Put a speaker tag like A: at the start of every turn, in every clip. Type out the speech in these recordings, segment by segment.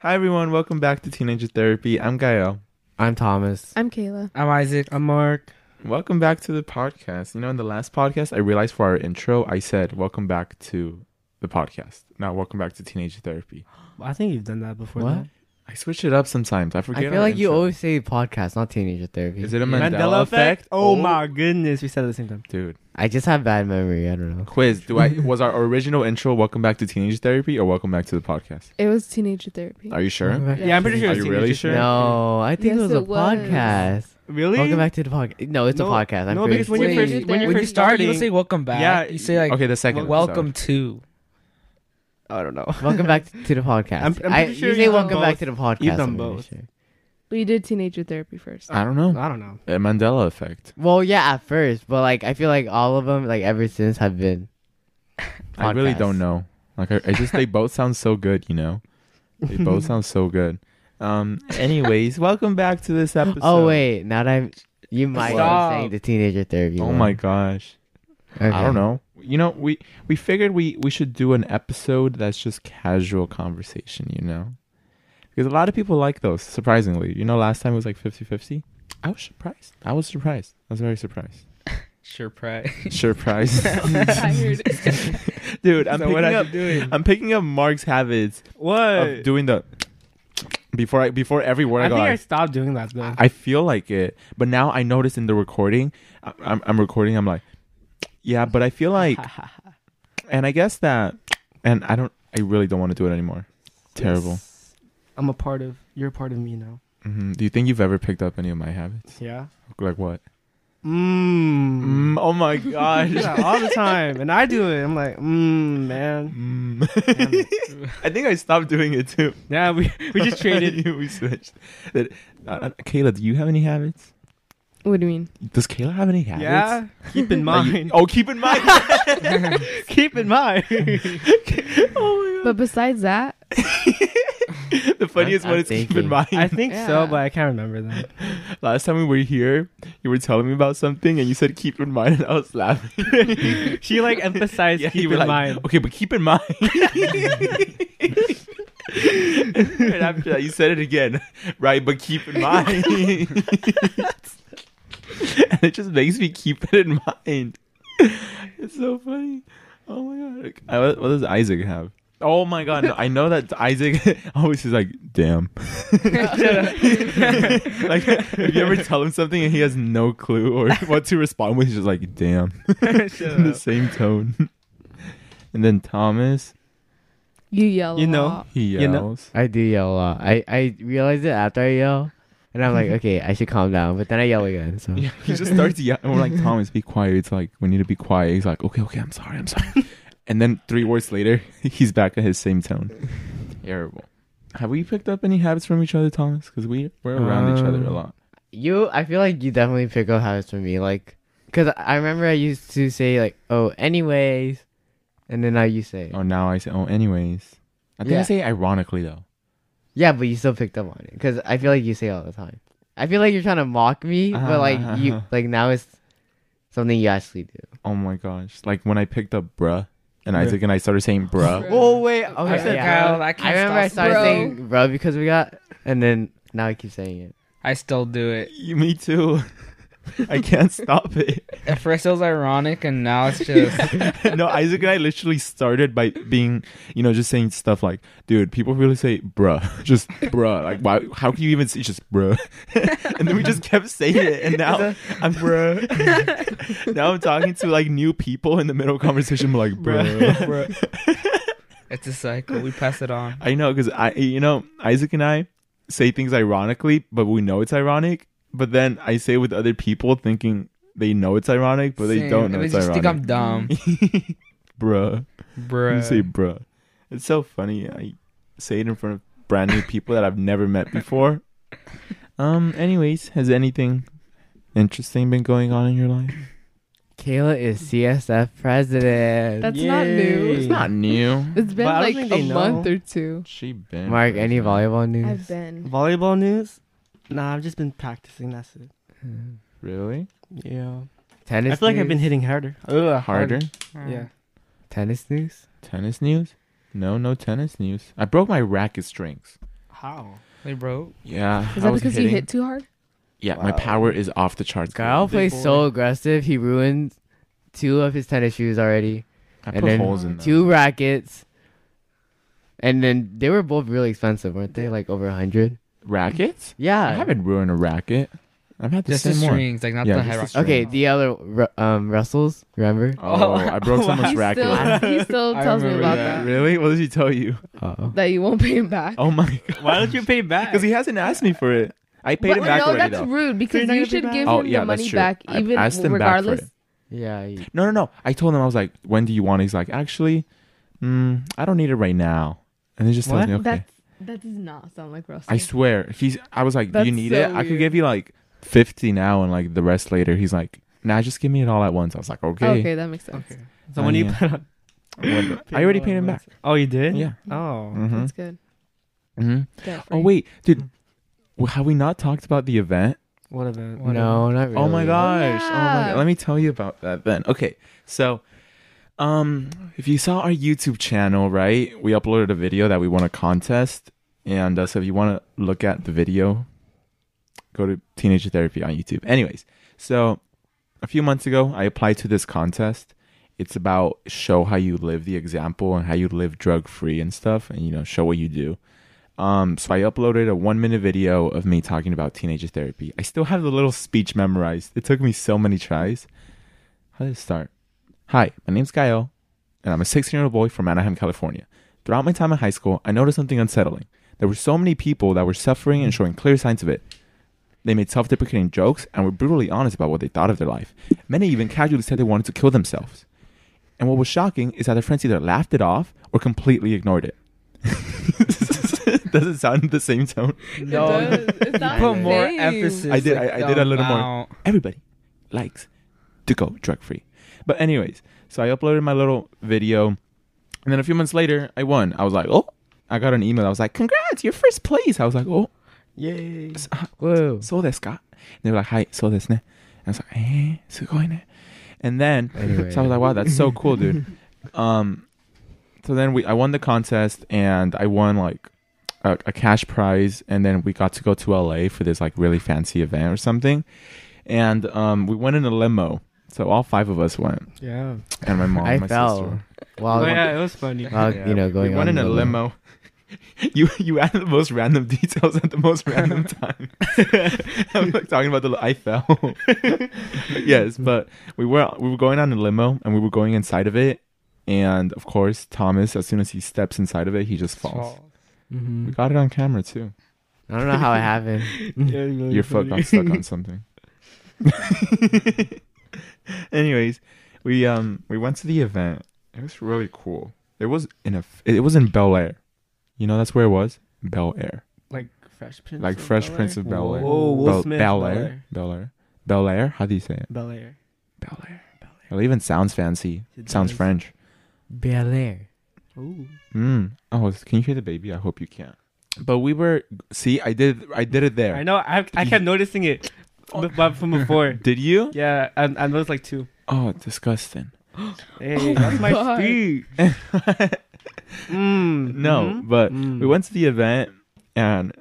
A: Hi everyone, welcome back to Teenager Therapy. I'm Gael.
B: I'm Thomas.
C: I'm Kayla.
D: I'm Isaac. I'm Mark.
A: Welcome back to the podcast. You know, in the last podcast, I realized for our intro, I said welcome back to the podcast. Now, welcome back to Teenager Therapy.
D: I think you've done that before.
B: What?
D: though.
A: I switch it up sometimes. I
B: I
A: forget.
B: feel
A: our
B: like you
A: intro.
B: always say podcast, not teenager therapy.
A: Is it a Mandela,
D: Mandela,
A: effect?
D: effect? Oh, my goodness, we said it at the same time.
A: dude.
B: I just have bad memory. I don't know.
A: Quiz. Do I was our original intro welcome back to Teenager Therapy or welcome back to the podcast?
C: It was teenager therapy.
A: Are you sure?
B: Welcome back
D: Yeah,
C: Yeah.
D: I'm pretty sure.
A: Are
D: it's
A: you
D: teenager,
A: really
D: sure?
B: No, I think
C: Yes,
B: it was a
C: it was.
B: podcast.
D: Really?
B: Welcome back to the podcast. No, it's
D: No,
B: a podcast. I'm
D: no,
B: pretty
D: because when you
B: sure.
D: first
C: Wait,
D: when you
C: when
D: first starting,
E: You don't say welcome back.
D: Yeah,
E: you say like
A: okay, the second.
E: welcome
A: episode.
E: to.
D: I don't know.
B: welcome back to the podcast.
D: I'm- I'm
B: I-
D: pretty sure
B: you say
C: you've done
B: welcome
D: both.
B: back to the podcast.
D: You've done
B: I'm pretty
D: both.
B: sure.
C: We did teenager therapy first.
A: I don't know.
D: I don't know.
A: A Mandela effect.
B: Well, yeah, at first, but like I feel like all of them, like ever since, have been.
A: I really
B: podcasts.
A: don't know. Like I, I just they both sound so good, you know. They both sound so good. Um. Anyways, welcome back to this episode.
B: Oh wait, now that I'm, you might
E: Stop.
B: be saying the teenager therapy.
A: Oh
B: one.
A: my gosh.
B: Okay.
A: I don't know. You know, we we figured we we should do an episode that's just casual conversation. You know, because a lot of people like those. Surprisingly, you know, last time it was like 50-50. I was surprised. I was surprised. I was very surprised.
E: Sure, pride.
A: Surprised,
C: Tired.
A: dude. I'm picking up.
E: doing?
A: I'm picking up Mark's habits of
D: What?
A: doing the before I before every word I,
D: I
A: go.
D: think I
A: I,
D: stopped doing that though.
A: I feel like it, but now I notice in the recording, I- I'm I'm recording. I'm like, yeah, but I feel like, and I guess that, and I don't. I really don't want to do it anymore. Terrible.
D: Yes. I'm a part of. You're a part of me now.
A: hmm Do you think you've ever picked up any of my habits?
D: Yeah.
A: Like what?
D: Mmm.
A: Mm, oh my
D: I
A: gosh.
D: do that all the time, and I do it. I'm like, mmm, man.
A: Mm. I think I stopped doing it too.
D: Yeah, we we just traded.
A: we switched. That- uh, Kayla, do you have any habits?
C: what do you mean?
A: Does Kayla have any habits?
D: yeah. Keep in
A: Are you-
D: mind.
A: oh, keep in mind.
D: Keep in
A: Oh
D: mind.
C: But besides that,
A: the funniest
B: I'm
A: one is keep in
B: thinking.
A: mind.
D: I think so,
C: Yeah.
D: but I can't remember them.
A: Last time we were here, you were telling me about something and you said keep in mind and I was laughing.
D: She like emphasized
A: Yeah, you
D: keep
A: were
D: in
A: like,
D: mind.
A: Okay, but keep in mind. and after that, you said it again. Right, but keep in mind. and it just makes me keep it in mind. It's so funny. Oh my god. I, what what does Isaac have? Oh my god. no, I know that Isaac always is like, damn. like, if you ever tell him something and he has no clue or what to respond with, he's just like, damn. In the same tone. and then Thomas,
C: you yell.
D: You
C: a
D: know.
C: lot.
A: he yells.
D: You know?
B: I do yell a lot. I I realize it after I yell, and I'm like, okay, I should calm down. But then I yell again. So
A: Yeah, he just starts yelling. We're like, Thomas, be quiet. It's like, we need to be quiet. He's like, okay, okay, I'm sorry, I'm sorry. and then three words later, he's back at his same tone. Terrible. Have we picked up any habits from each other, Thomas? Because we, we're around each other a
B: Um,
A: lot.
B: you, I feel like you definitely pick up habits from me. Like, cause I remember I used to say like, oh, anyways, and then now you say,
A: Oh, now I say, oh, anyways. I think I
B: Yeah.
A: say ironically, though.
B: yeah, but you still picked up on it. Cause I feel like you say it all the time. I feel like you're trying to mock me, but like you,
A: Uh-huh.
B: like now it's something you actually do.
A: Oh my gosh. Like when I picked up bruh and Isaac and I started saying bruh.
E: Bruh. Oh,
B: wait,
E: I said, Kyle, I can't
B: I remember I
E: stop
B: started
C: bro.
B: saying bro because we got, and then now I keep saying it.
E: I still do it.
A: You, me too. I can't stop it.
E: At first it was ironic, and now it's just
A: no, Isaac and I literally started by being, you know, just saying stuff like, dude, people really say bruh. Just bruh. Like, why? How can you even say just bruh? and then we just kept saying it. And now I'm bruh. now I'm talking to like new people in the middle of conversation. I'm like, bruh.
E: it's a cycle. We pass it on.
A: I know because I, you know, Isaac and I say things ironically, but we know it's ironic. But then I say it with other people, thinking they know it's ironic, but they
E: Same.
A: don't know
E: They
A: it's
E: just
A: ironic.
E: think I'm dumb,
A: bruh,
E: bruh.
A: you say bruh. It's so funny. I say it in front of brand new people that I've never met before. Um. Anyways, has anything interesting been going on in your life?
B: Kayla is CSF president.
C: That's not new.
D: Yay.
C: It's not-
A: new.
C: It's been
D: But I don't
C: like
D: think
C: a
D: they
C: month
D: know.
C: or two.
A: She been
B: Mark, any volleyball news?
C: I've been.
D: Volleyball news? Nah, I've just been practicing. That's it. Hmm.
A: Really
D: Yeah.
B: Tennis.
D: I feel like I've been
B: news?
D: hitting harder.
A: harder.
D: Yeah.
B: tennis news.
A: Tennis news? No, no tennis news. I broke my racket strings.
D: How?
E: Like, bro,
A: Yeah.
C: Is
A: I
C: that
A: was
C: because you
A: hitting-
C: hit too hard?
A: Yeah, my
D: Wow.
A: power is off the charts.
B: Kyle
A: bro.
B: plays so aggressive. He ruined two of his tennis shoes already.
A: I
B: and
A: put
B: then
A: holes in them.
B: Two rackets. And then they were both really expensive, weren't they? Like over a hundred.
A: rackets.
B: Yeah.
A: I haven't ruined a racket. I've had the
E: just the
A: same one.
E: strings, like not
A: Yeah,
E: the
A: just
E: high
A: the
E: rock.
A: string.
B: Okay, the other Ru- um Russells, remember?
A: Oh, I broke someone's
C: He
A: racket.
C: still, he still
E: I
C: tells me
E: remember
C: about
A: Yeah,
C: that.
A: Really? What did she tell you?
B: Oh.
C: That you won't pay him back.
A: Oh my god.
D: Why don't you pay back?
A: Because he hasn't asked me for it. I paid
C: But
A: him back
C: no,
A: already
C: that's
A: though.
C: rude
D: he's
C: because
D: not
C: you
D: gonna pay
C: should
D: back.
C: give him
A: Oh, yeah,
C: the
A: that's
C: money
A: true.
C: back,
A: I
C: even
A: asked him back for
C: regardless.
A: it.
B: Yeah. you-
A: No, no, no. I told him I was like, "When do you want?" it?" He's like, "Actually, mm, I don't need it right now." And he just tells
D: What?
A: me, "Okay."
C: That's that does not sound like Russell.
A: I swear. if He's. I was like, "Do you
C: That's
A: need
C: so
A: it? I could
C: weird.
A: give you like fifty now and like the rest later." He's like, "Nah, just give me it all at once." I was like,
C: okay.
A: "Okay."
C: that makes sense.
E: Okay.
D: So when you
A: Yeah.
D: put on,
A: When- I already paid him back.
D: oh, you did?
A: Yeah.
D: Oh,
A: Mm-hmm.
C: That's good.
A: hmm
C: Debt
A: Oh
C: free.
A: wait, dude. w- Have we not talked about the event?
D: what event?
E: What
B: No, not really.
A: Oh my gosh. Oh my
C: Yeah.
A: god. Let me tell you about that then. Okay. So um if you saw our YouTube channel, right? We uploaded a video that we won a contest. And uh, so if you want to look at the video, go to Teenager Therapy on YouTube. Anyways, so a few months ago, I applied to this contest. It's about show how you live the example and how you live drug free and stuff, and you know show what you do. Um, so I uploaded a one minute video of me talking about teenager therapy. I still have the little speech memorized. It took me so many tries. How did it start? Hi, my name's Kyle, and I'm a 16 year old boy from Anaheim, California. Throughout my time in high school, I noticed something unsettling. There were so many people that were suffering and showing clear signs of it. They made self deprecating jokes and were brutally honest about what they thought of their life. Many even casually said they wanted to kill themselves. And what was shocking is that their friends either laughed it off or completely ignored it. Does it sound in the same tone?
E: No,
C: It does. It
E: you
C: sounds
E: put more
C: the same.
E: emphasis.
A: I did- I- I did a little more.
E: amount.
A: Everybody likes to go drug free. But, anyways, so I uploaded my little video. And then a few months later, I won. I was like, oh, I got an email. I was like, congrats, you're first place. I was like, oh, uh,
D: Yay!
B: Whoa.
A: so this guy. And they were like, hi, so this, ne? And I was like, eh, so going there. And then,
B: Anyway.
A: so I was like, wow, that's so cool, dude. um, so then we, I won the contest and I won like a, a cash prize. And then we got to go to LA for this like really fancy event or something. And um, we went in a limo. So all five of us went.
D: Yeah.
A: And my mom,
B: I
A: my
B: fell.
A: sister.
B: While,
D: oh, yeah, it was funny.
B: while
A: Yeah,
B: you know,
A: We
B: going
A: went
B: on
A: in a
B: the-
A: limo. You you add the most random details at the most random time. I'm like talking about the I fell. yes, but we were we were going on a limo and we were going inside of it, and of course Thomas, as soon as he steps inside of it, he just falls.
E: False.
D: Mm-hmm.
A: We got it on camera too.
B: I don't know how it happened.
D: Yeah, it was really
A: Your foot
D: funny.
A: got stuck on something. Anyways, we um we went to the event. It was really cool. It was in a it was in Bel Air. You know that's where it was? Bel Air.
D: like Fresh Prince.
A: Like
D: of
A: Fresh
D: Bel-Air?
A: Prince of Bel Air.
D: Whoa, Will
A: Bel,
D: Smith,
A: Bel
D: Bel
A: Air.
D: Air.
A: Bel Air. Bel Air. How do you say it?
D: Bel Air.
A: Bel Air. It even sounds fancy.
D: It
A: sounds
D: does.
A: French.
B: Bel Air.
D: Ooh.
A: Mm. Oh, can you hear the baby? I hope you can. But we were see, I did I did it there.
D: I know. I I kept noticing it, b- but from before.
A: Did you?
D: Yeah, I, I noticed like two.
A: Oh, disgusting.
D: Hey,
C: Oh
D: that's my
C: my God.
D: speech. Mm,
A: No,
D: mhm.
A: but
D: Mm.
A: we went to the event and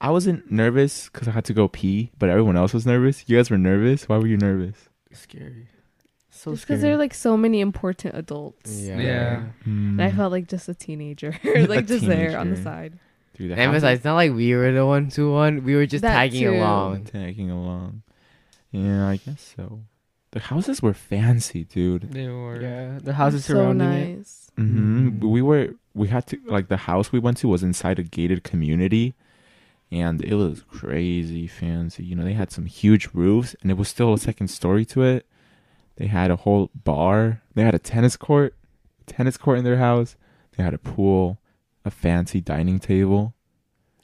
A: I wasn't nervous because I had to go pee, but everyone else was nervous. You guys were nervous. Why were you nervous?
D: Scary. So
C: Just
D: scary.
C: because there are like so many important adults.
B: Yeah.
E: Yeah.
C: And I felt like just a teenager, like
A: A
C: just there on the
A: teenager.
C: side.
A: Dude, that
B: And besides, it's not like we were the ones who won. We were just
C: That
B: tagging
C: too.
A: happened.
B: along.
A: Oh, tagging along. Yeah, I guess so. The houses were fancy, dude.
E: They were.
D: Yeah, the houses
C: so
D: surrounding it.
C: nice.
A: hmm
B: Mhm.
E: Mm-hmm.
A: We were we had to like the house we went to was inside a gated community, and it was crazy fancy. You know, they had some huge roofs, and it was still a second story to it. They had a whole bar. They had a tennis court, tennis court in their house. They had a pool, a fancy dining table,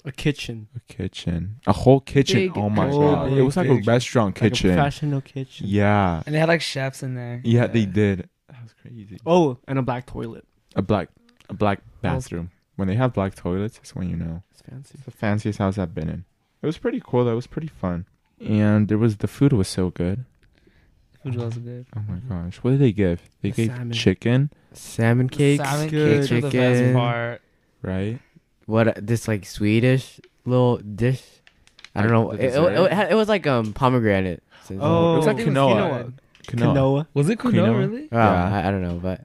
D: A kitchen.
A: a kitchen, a whole kitchen.
C: Big
A: oh my
C: kitchen.
A: god, it
D: Big
A: was like a
D: kitchen.
A: restaurant
D: Like
A: kitchen.
D: a professional kitchen.
A: yeah,
E: And they had like chefs in there.
A: yeah, they did. That was crazy.
D: Oh, and a black toilet.
A: A black, a black bathroom. When they have black toilets, it's when you know.
D: It's fancy.
A: It's the fanciest house I've been in. It was pretty cool. That was pretty fun. And there was the food was so good.
E: Food was good.
A: Oh my gosh, what did they give? They
D: The
A: gave
D: salmon.
A: chicken,
B: Salmon cakes.
E: Salmon
D: good.
E: cakes were the
B: Chicken.
E: best part.
A: right?
B: what this like Swedish little dish. I don't know.
A: Like
B: It,
A: the
B: it, it,
A: dessert?
B: had- it was like um pomegranate.
D: Oh.
A: it was like
E: I think it was
A: quinoa. Quinoa.
D: Canoa.
E: Was it quinoa,
A: Quinoa?
E: really?
B: Oh,
A: Yeah.
B: I, I don't know, but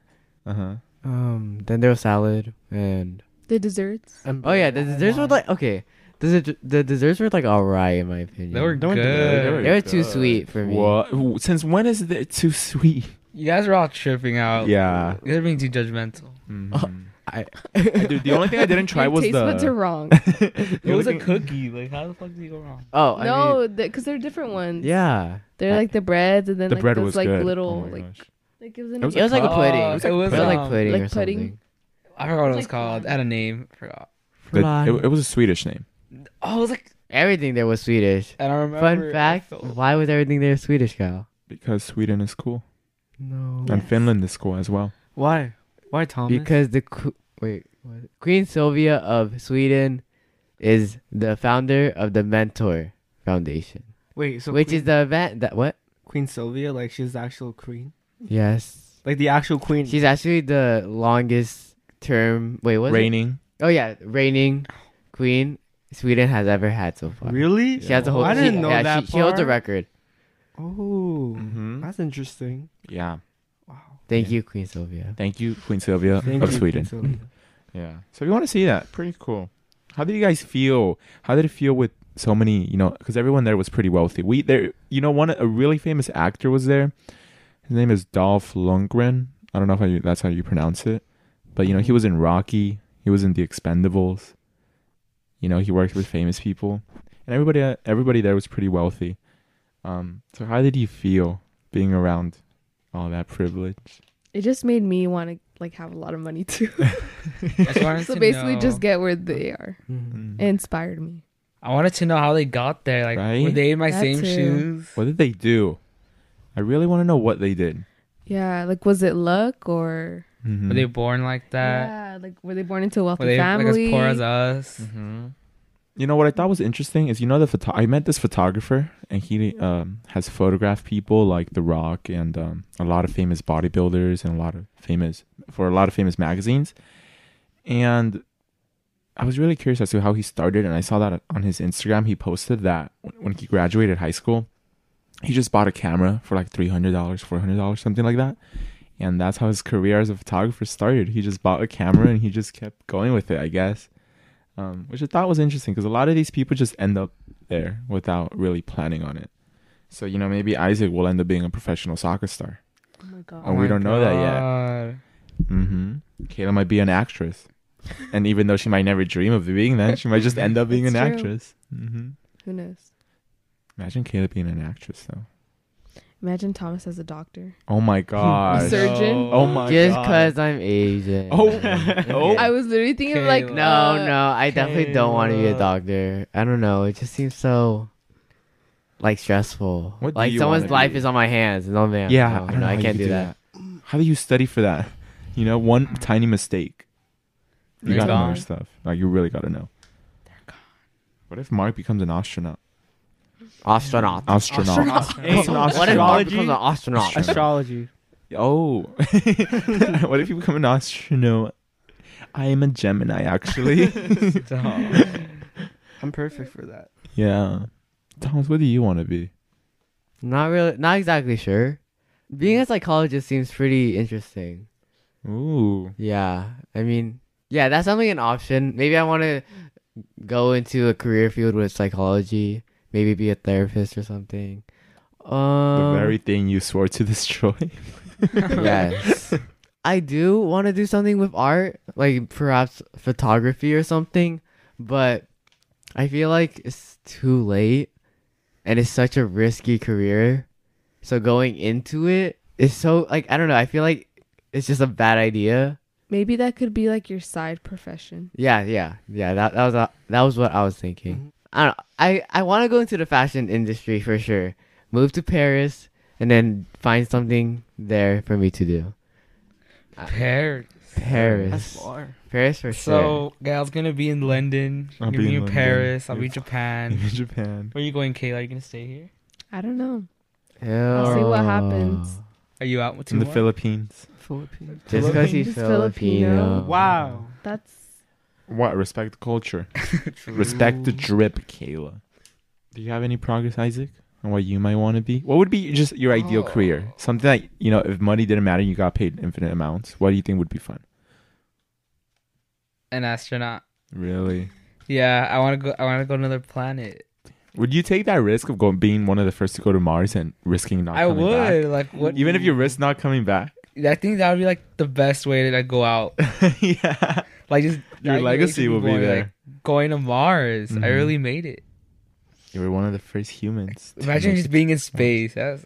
A: Uh huh.
B: um, then there was salad and
C: The desserts.
B: oh yeah, the desserts were like okay. The, the desserts were like alright in my opinion.
E: They were
D: They weren't the-
A: they
E: good.
A: were-
B: They were too
A: good.
B: sweet for me.
A: What? Since when is it too sweet?
E: You guys are all tripping out.
A: Yeah. Mm-hmm.
E: You're being too judgmental.
B: I,
A: Dude, the only thing I didn't try
C: Your
A: was
C: taste buds are
A: the.
C: wrong.
A: the
E: It
A: only
E: was a
A: thing-
E: cookie. Like, how the fuck did you go wrong?
B: oh I mean,
C: no, because they're different ones.
B: yeah.
C: They're like the breads and then
A: The
C: like
A: bread
C: those
A: was
C: like
A: good.
C: little
A: Oh my
C: like
A: gosh.
C: like it was in
A: It
C: a
A: was
B: It was like a
E: Oh,
B: pudding. It
E: It
B: was
E: was,
B: like,
E: um,
B: pudding
C: like
B: or
C: pudding.
B: something.
E: I forgot what it was
C: like
E: called. It had a name. I forgot.
A: The- it, it was a Swedish name.
E: Oh, it was like,
B: Everything there was Swedish.
E: and I remember.
B: Fun
E: I
B: fact:
E: felt-
B: Why was everything there Swedish, Kyle?
A: Because Sweden is cool.
B: No.
A: And
C: Yes.
A: Finland is cool as well.
D: Why? Why Thomas?
B: Because the qu- wait, what? Queen Sylvia of Sweden is the founder of the Mentor Foundation,
D: wait, so
B: which
D: Queen,
B: is the event that what?
D: Queen Sylvia? Like she's the actual queen,
B: Yes,
D: like the actual queen.
B: she's actually the longest term. Wait, what?
A: Raining.
B: Oh yeah, reigning queen Sweden has ever had so far.
D: really?
B: She has a whole.
D: Oh, I
B: she,
D: didn't know
B: yeah,
D: that.
B: She, she holds a
D: part.
B: record.
D: Oh,
A: Mm-hmm.
D: that's interesting.
A: Yeah.
D: Wow.
B: Thank you, Queen Sylvia.
A: Thank you, Queen Sylvia
D: Thank
A: of
D: you,
A: Sweden.
D: Queen Sylvia.
A: Yeah. So if you want to see that, pretty cool. How did you guys feel? How did it feel with so many, you know, because everyone there was pretty wealthy. We there, you know, one a really famous actor was there. His name is Dolph Lundgren. I don't know if I, that's how you pronounce it, but you know, he was in Rocky. He was in The Expendables. You know, he worked with famous people, and everybody everybody there was pretty wealthy. Um, so how did you feel being around all that privilege?
C: It just made me want to like have a lot of money too.
E: I just wanted
C: so
E: to
C: basically,
E: know-
C: just get where they are.
A: Mm.
C: It inspired me.
E: I wanted to know how they got there. Like,
A: Right?
E: were they in my
C: That
E: same
C: too.
E: shoes?
A: What did they do? I really want to know what they did.
C: Yeah, like was it luck or
A: Mm-hmm.
E: Were they born like that?
C: yeah, like were they born into a wealthy
E: Were they like
C: family?
E: as poor as us?
A: Mm-hmm. You know what I thought was interesting is you know the photo- I met this photographer and he um, has photographed people like The Rock and um, a lot of famous bodybuilders and a lot of famous for a lot of famous magazines, and I was really curious as to how he started and I saw that on his Instagram he posted that when- when he graduated high school, he just bought a camera for like three hundred dollars, four hundred dollars, something like that. And that's how his career as a photographer started. He just bought a camera and he just kept going with it, I guess um, which I thought was interesting because a lot of these people just end up there without really planning on it. So you know, maybe Isaac will end up being a professional soccer star.
C: oh my god.
A: Oh, we don't know that yet.
E: that
A: Mm-hmm. Kayla might be an actress, and even though she might never dream of being that, she might just end up being an
C: That's true.
A: actress. Mm-hmm.
C: Who knows?
A: Imagine Kayla being an actress, though.
C: Imagine Thomas as a doctor.
A: Oh my god.
C: Sir- surgeon?
A: oh my
B: Just
A: god.
B: because I'm Asian.
A: Oh.
B: Okay.
C: I was literally thinking of like
E: Kayla.
B: No,
C: uh,
B: no, I definitely don't want to be a
E: Kayla.
B: doctor. I don't know. It just seems so like stressful.
A: What do
B: like
A: you
B: someone's
A: wanna
B: life
A: be?
B: is on my hands. No man.
A: Yeah,
B: no,
A: I don't
B: no,
A: know
B: I
A: how
B: can't
A: you
B: do that.
A: How do you study for that? You know, one tiny mistake. You
E: They're
A: gotta know your
E: gone.
A: stuff. Like you really gotta know. They're gone. What if Mark becomes an astronaut?
B: Astronaut.
A: Astronaut.
E: Astronaut.
A: Astronaut.
B: What if Mark becomes an astronaut?
D: Astrology.
A: Oh. what if you become an astronaut? I am a Gemini, actually.
D: I'm perfect for that.
A: yeah. Thomas, what do you want to be?
B: Not really. Not exactly sure. Being a psychologist seems pretty interesting.
A: Ooh.
B: Yeah, I mean, yeah, that's definitely an option. Maybe I want to go into a career field with psychology. Maybe be a therapist or something. Um,
A: the very thing you swore to destroy.
B: yes. I do want to do something with art, like perhaps photography or something, but I feel like it's too late and it's such a risky career. So going into it is so like I don't know, I feel like it's just a bad idea.
C: Maybe that could be like your side profession.
B: Yeah, yeah. Yeah, that that was uh, that was what I was thinking.
E: Mm-hmm.
D: Mhm.
B: I don't I I want to go into the fashion industry for sure. Move to Paris and then find something there for me to do.
E: Paired.
B: Paris.
D: That's far.
B: Paris for sure.
E: So, Gal's gonna be in London.
A: I'll
E: I'll
A: be
E: be
A: in
E: in
A: London.
E: Paris. I'll be in
A: in
E: Japan.
A: Japan.
E: Where are you going, Kayla? Are you gonna stay here?
C: I don't know.
B: I'll
C: see what happens.
E: Are you out with
A: In
E: two
A: the
E: more?
A: Philippines.
D: Philippines.
B: Just because
E: Philippines?
B: she's
C: Just Filipino.
B: Filipino.
D: Wow.
C: That's
A: What? Respect the culture. Respect the drip, Kayla. Do you have any progress, Isaac, on what you might want to be? What would be just your ideal
E: Oh.
A: career? Something like you know, if money didn't matter, you got paid infinite amounts. What do you think would be fun?
E: An astronaut.
A: Really?
E: Yeah, I want to go. I want to go to another planet.
A: Would you take that risk of going being one of the first to go to Mars and risking not?
E: I
A: coming
E: would.
A: back?
E: Like what?
A: Even if you risk not coming back.
E: I think that would be like the best way to like go out.
A: yeah.
E: Like just
A: Your
E: like,
A: legacy
E: basically
A: will be
E: going,
A: there.
E: Like, going to Mars. I
A: Mhm.
E: really made it.
A: You were one of the first humans. to
E: Imagine
A: make
E: just
A: it.
E: being in space. That's,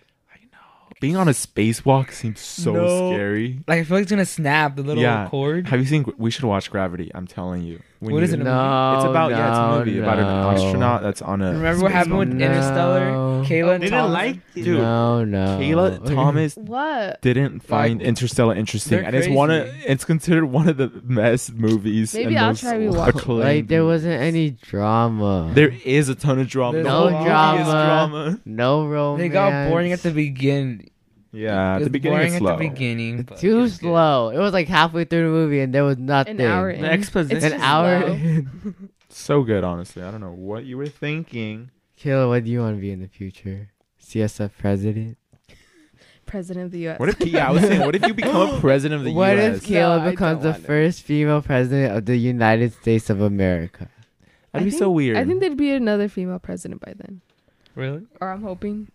A: being on a spacewalk seems so
E: No.
A: scary.
E: like I feel like it's gonna snap the little
A: Yeah.
E: cord.
A: Have you seen? We should watch Gravity. I'm telling you. When
E: What
A: you-
E: is it
B: No,
A: It's about yeah, it's a movie about an
B: no.
A: astronaut that's on a. Oh,
E: Remember what happened with
B: No.
E: Interstellar? Kayla and
A: They didn't
E: Thomas.
A: like it. Dude,
B: no, no.
A: Kayla Thomas
C: What?
A: didn't find
E: Like,
A: Interstellar interesting,
E: they're
A: and it's one of
E: crazy.
A: it's considered one of the best movies.
C: Maybe
A: and
C: I'll
A: most
C: try to watch it.
A: acclaimed
B: Like there
A: movies.
B: wasn't any drama.
A: There is a ton of drama.
E: There's
A: The
E: no
A: whole movie is
B: drama.
A: drama.
B: no romance.
E: They got boring at the beginning.
A: Yeah,
E: It
A: the
E: was
A: beginning
E: boring
A: is slow.
E: At the beginning, but it
B: Too
E: was good.
B: slow. It was like halfway through the movie and there was nothing.
C: An hour in.
B: An
E: The exposition.
C: It's just
B: hour.
C: low.
A: So good, honestly. I don't know what you were thinking.
B: Kayla, what do you want to be in the future? CSF president.
C: President of the U.S.
A: What if yeah, I was saying, what if you become a president of the
B: What
A: U.S.?
B: if Kayla
C: No, I
B: becomes
C: don't
B: the
C: want it.
B: first female president of the United States of America?
A: That'd
C: I
A: be so
C: think-
A: weird.
C: I think there'd be another female president by then,
E: Really?
C: or I'm hoping.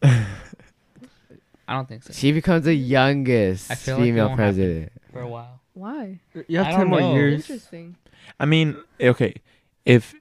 E: I don't think so.
B: She becomes the youngest
E: I feel like it
B: female
E: won't happen.
B: president.
E: For a while.
C: Why?
D: You
E: I
D: have
E: don't
D: ten more
E: know.
D: years.
C: Interesting.
A: I mean, eh, okay, if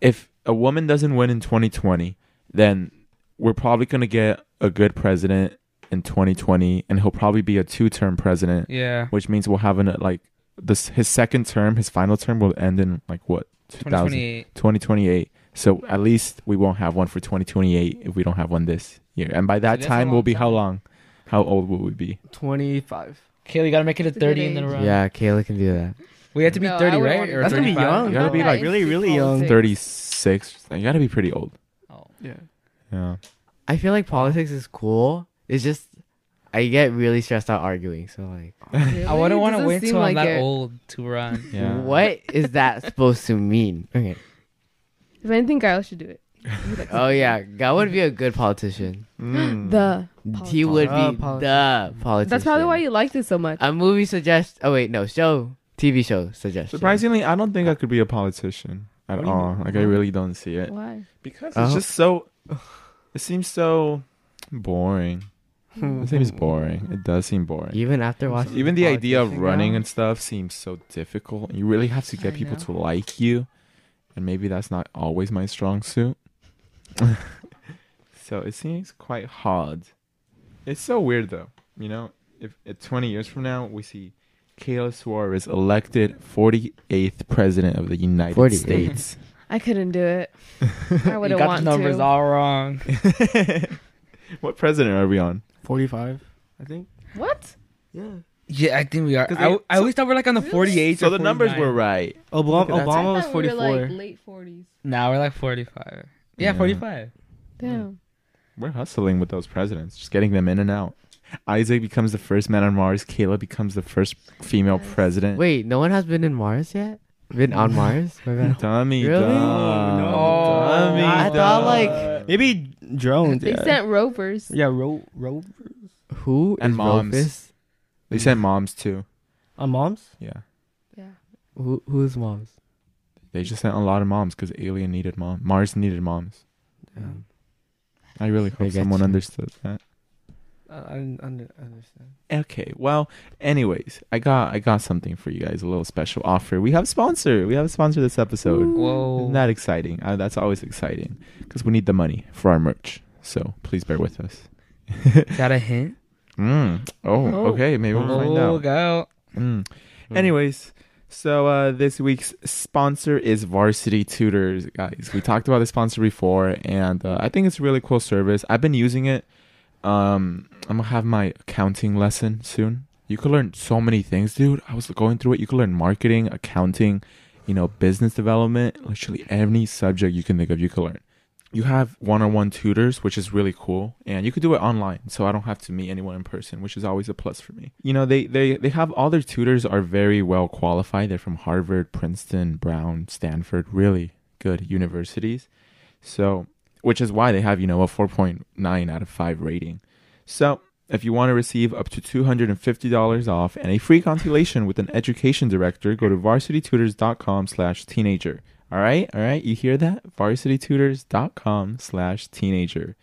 A: if a woman doesn't win in 2020, then we're probably gonna get a good president in 2020, and he'll probably be a two-term president,
E: Yeah.
A: which means we'll have an uh, like this his second term, his final term will end in like what 2000
E: 2028.
A: 2028. So at least we won't have one for 2028 if we don't have one this year, and by that
E: that's a
A: time we'll
E: long
A: be how
E: time.
A: long? How old will we be?
D: Twenty-five.
E: Kayla, you gotta make it to
C: It's a
E: 30
C: good
E: and then
C: age.
E: around.
B: Yeah, Kayla can do that.
E: We have to be
C: No, I
E: 30,
C: wouldn't
E: right?
C: want
E: Or
C: to
D: That's gonna be
E: 35?
D: young.
C: I'm
A: You gotta
C: not
A: be,
C: that
A: like,
C: into
D: really, really young.
C: politics.
A: 36. You gotta be pretty old.
E: Oh.
D: Yeah.
A: Yeah.
B: I feel like politics is cool. It's just I get really stressed out arguing. So like,
C: Really?
E: I wouldn't want to
C: Doesn't
E: wait
C: seem
E: till I'm
C: like
E: that
C: it.
E: old to run.
A: Yeah.
B: what is that supposed to mean? Okay.
C: If anything, Kyle should do it.
B: Oh yeah, God would be a good politician.
A: Mm.
C: The.
B: He
C: Politician.
B: would
D: Uh,
B: be
D: politician.
B: the politician.
C: That's probably why you liked it so much.
B: a movie suggest. Oh wait, no show. TV show suggestion.
A: Surprisingly, I don't think I could be a politician at
D: What do you
A: all.
D: mean?
A: Like I really don't see it
C: Why?
A: because it's
B: Oh.
A: just so. It seems so boring. It seems boring. It does seem boring.
B: Even after Hmm. watching.
A: Hmm. Even the idea of
D: Politician
A: running
D: now?
A: and stuff seems so difficult. You really have to get
E: I
A: people
E: know.
A: to like you, and maybe that's not always my strong suit. so it seems quite hard. It's so weird though. You know, if, if 20 years from now we see Kayla Suarez elected 48th president of the United
B: 48th.
A: States.
C: I couldn't do it. I
E: you
C: wouldn't
E: got
C: want
E: the numbers
C: to.
E: all wrong.
A: what president are we on?
D: Forty-five, I think.
C: what?
D: Yeah.
E: Yeah, I think we are.
D: 'Cause
E: I,
D: they-
E: I always thought we're like on the
C: Really?
E: 48.
A: So the numbers were right.
D: Obama,
A: Look at that.
D: Obama was
C: I thought we were,
D: forty-four.
C: like late forties.
E: Now we're like 45.
A: Yeah.
E: Yeah, 45.
C: Damn.
A: We're hustling with those presidents, just getting them in and out. Isaac becomes the first man on Mars. Kayla becomes the first female
C: Nice.
A: president.
B: Wait, no one has been in Mars yet. Been on Mars? My bad.
A: dummy,
B: Really?
A: dumb. Oh,
D: Oh,
E: No.
A: dummy,
B: I
A: dumb.
B: thought like
D: Maybe drones.
C: They
D: Yeah.
C: sent rovers.
D: yeah. Ro- rovers
B: who
A: And
B: is
A: moms.
B: Rofus?
A: they sent moms too.
D: on moms.
A: Yeah,
C: Yeah.
B: Who who is moms?
A: they just sent a lot of moms because Alien needed mom. Mars needed moms.
B: Um,
A: I really hope
B: I get
A: someone
B: you.
A: understood that.
D: I, I, didn't under, understand.
A: Okay, well, anyways, I got I got something for you guys, a little special offer. We have sponsor. We have a sponsor this episode.
E: Whoa.
A: Isn't that exciting? Uh, that's always exciting because we need the money for our merch. So please bear with us.
E: Got a hint?
A: Mm. Oh,
E: Oh.
A: okay. Maybe we'll find
E: Oh,
A: out.
E: go.
A: Mm. Anyways, so uh, this week's sponsor is Varsity Tutors, guys. We talked about this sponsor before, and uh, I think it's a really cool service. I've been using it. Um, I'm gonna have my accounting lesson soon. You could learn so many things, dude. I was going through it. You could learn marketing, accounting, you know, business development, literally any subject you can think of, you could learn. you have one-on-one tutors which is really cool and you could do it online so i don't have to meet anyone in person which is always a plus for me you know they they, they have all their tutors are very well qualified they're from harvard princeton brown stanford really good universities so which is why they have you know a 4.9 out of 5 rating so if you want to receive up to $250 off and a free consultation with an education director go to varsitytutors.com slash teenager all right, all right. You hear that? VarsityTutors.com slash teenager.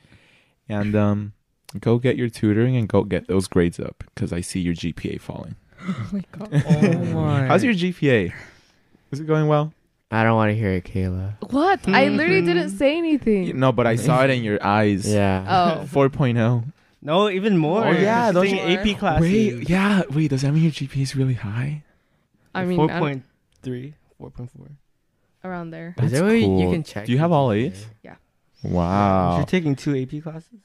A: And um, go get your tutoring and go get those grades up because I see your GPA falling.
C: Oh my god.
E: Oh my.
A: How's your GPA? Is it going well?
B: I don't want to hear it, Kayla.
C: What? I literally didn't say anything.
A: Hmm. No, but I saw it in your eyes.
B: Yeah.
C: Oh.
A: 4.0.
D: No, even more.
A: Oh, yeah,
D: She's
A: those
D: taking
E: are-
D: AP classes.
A: Wait, yeah. Wait, does that mean your GPA is really high?
C: I mean, I
D: four
C: don't-
D: point three, four point four.
C: around there.
B: Is there a
A: That's
B: way you
A: cool.
B: can check?
A: Do you have
B: your
A: all
B: GPA?
A: A's?
D: You're
A: Wow.
D: taking two AP classes.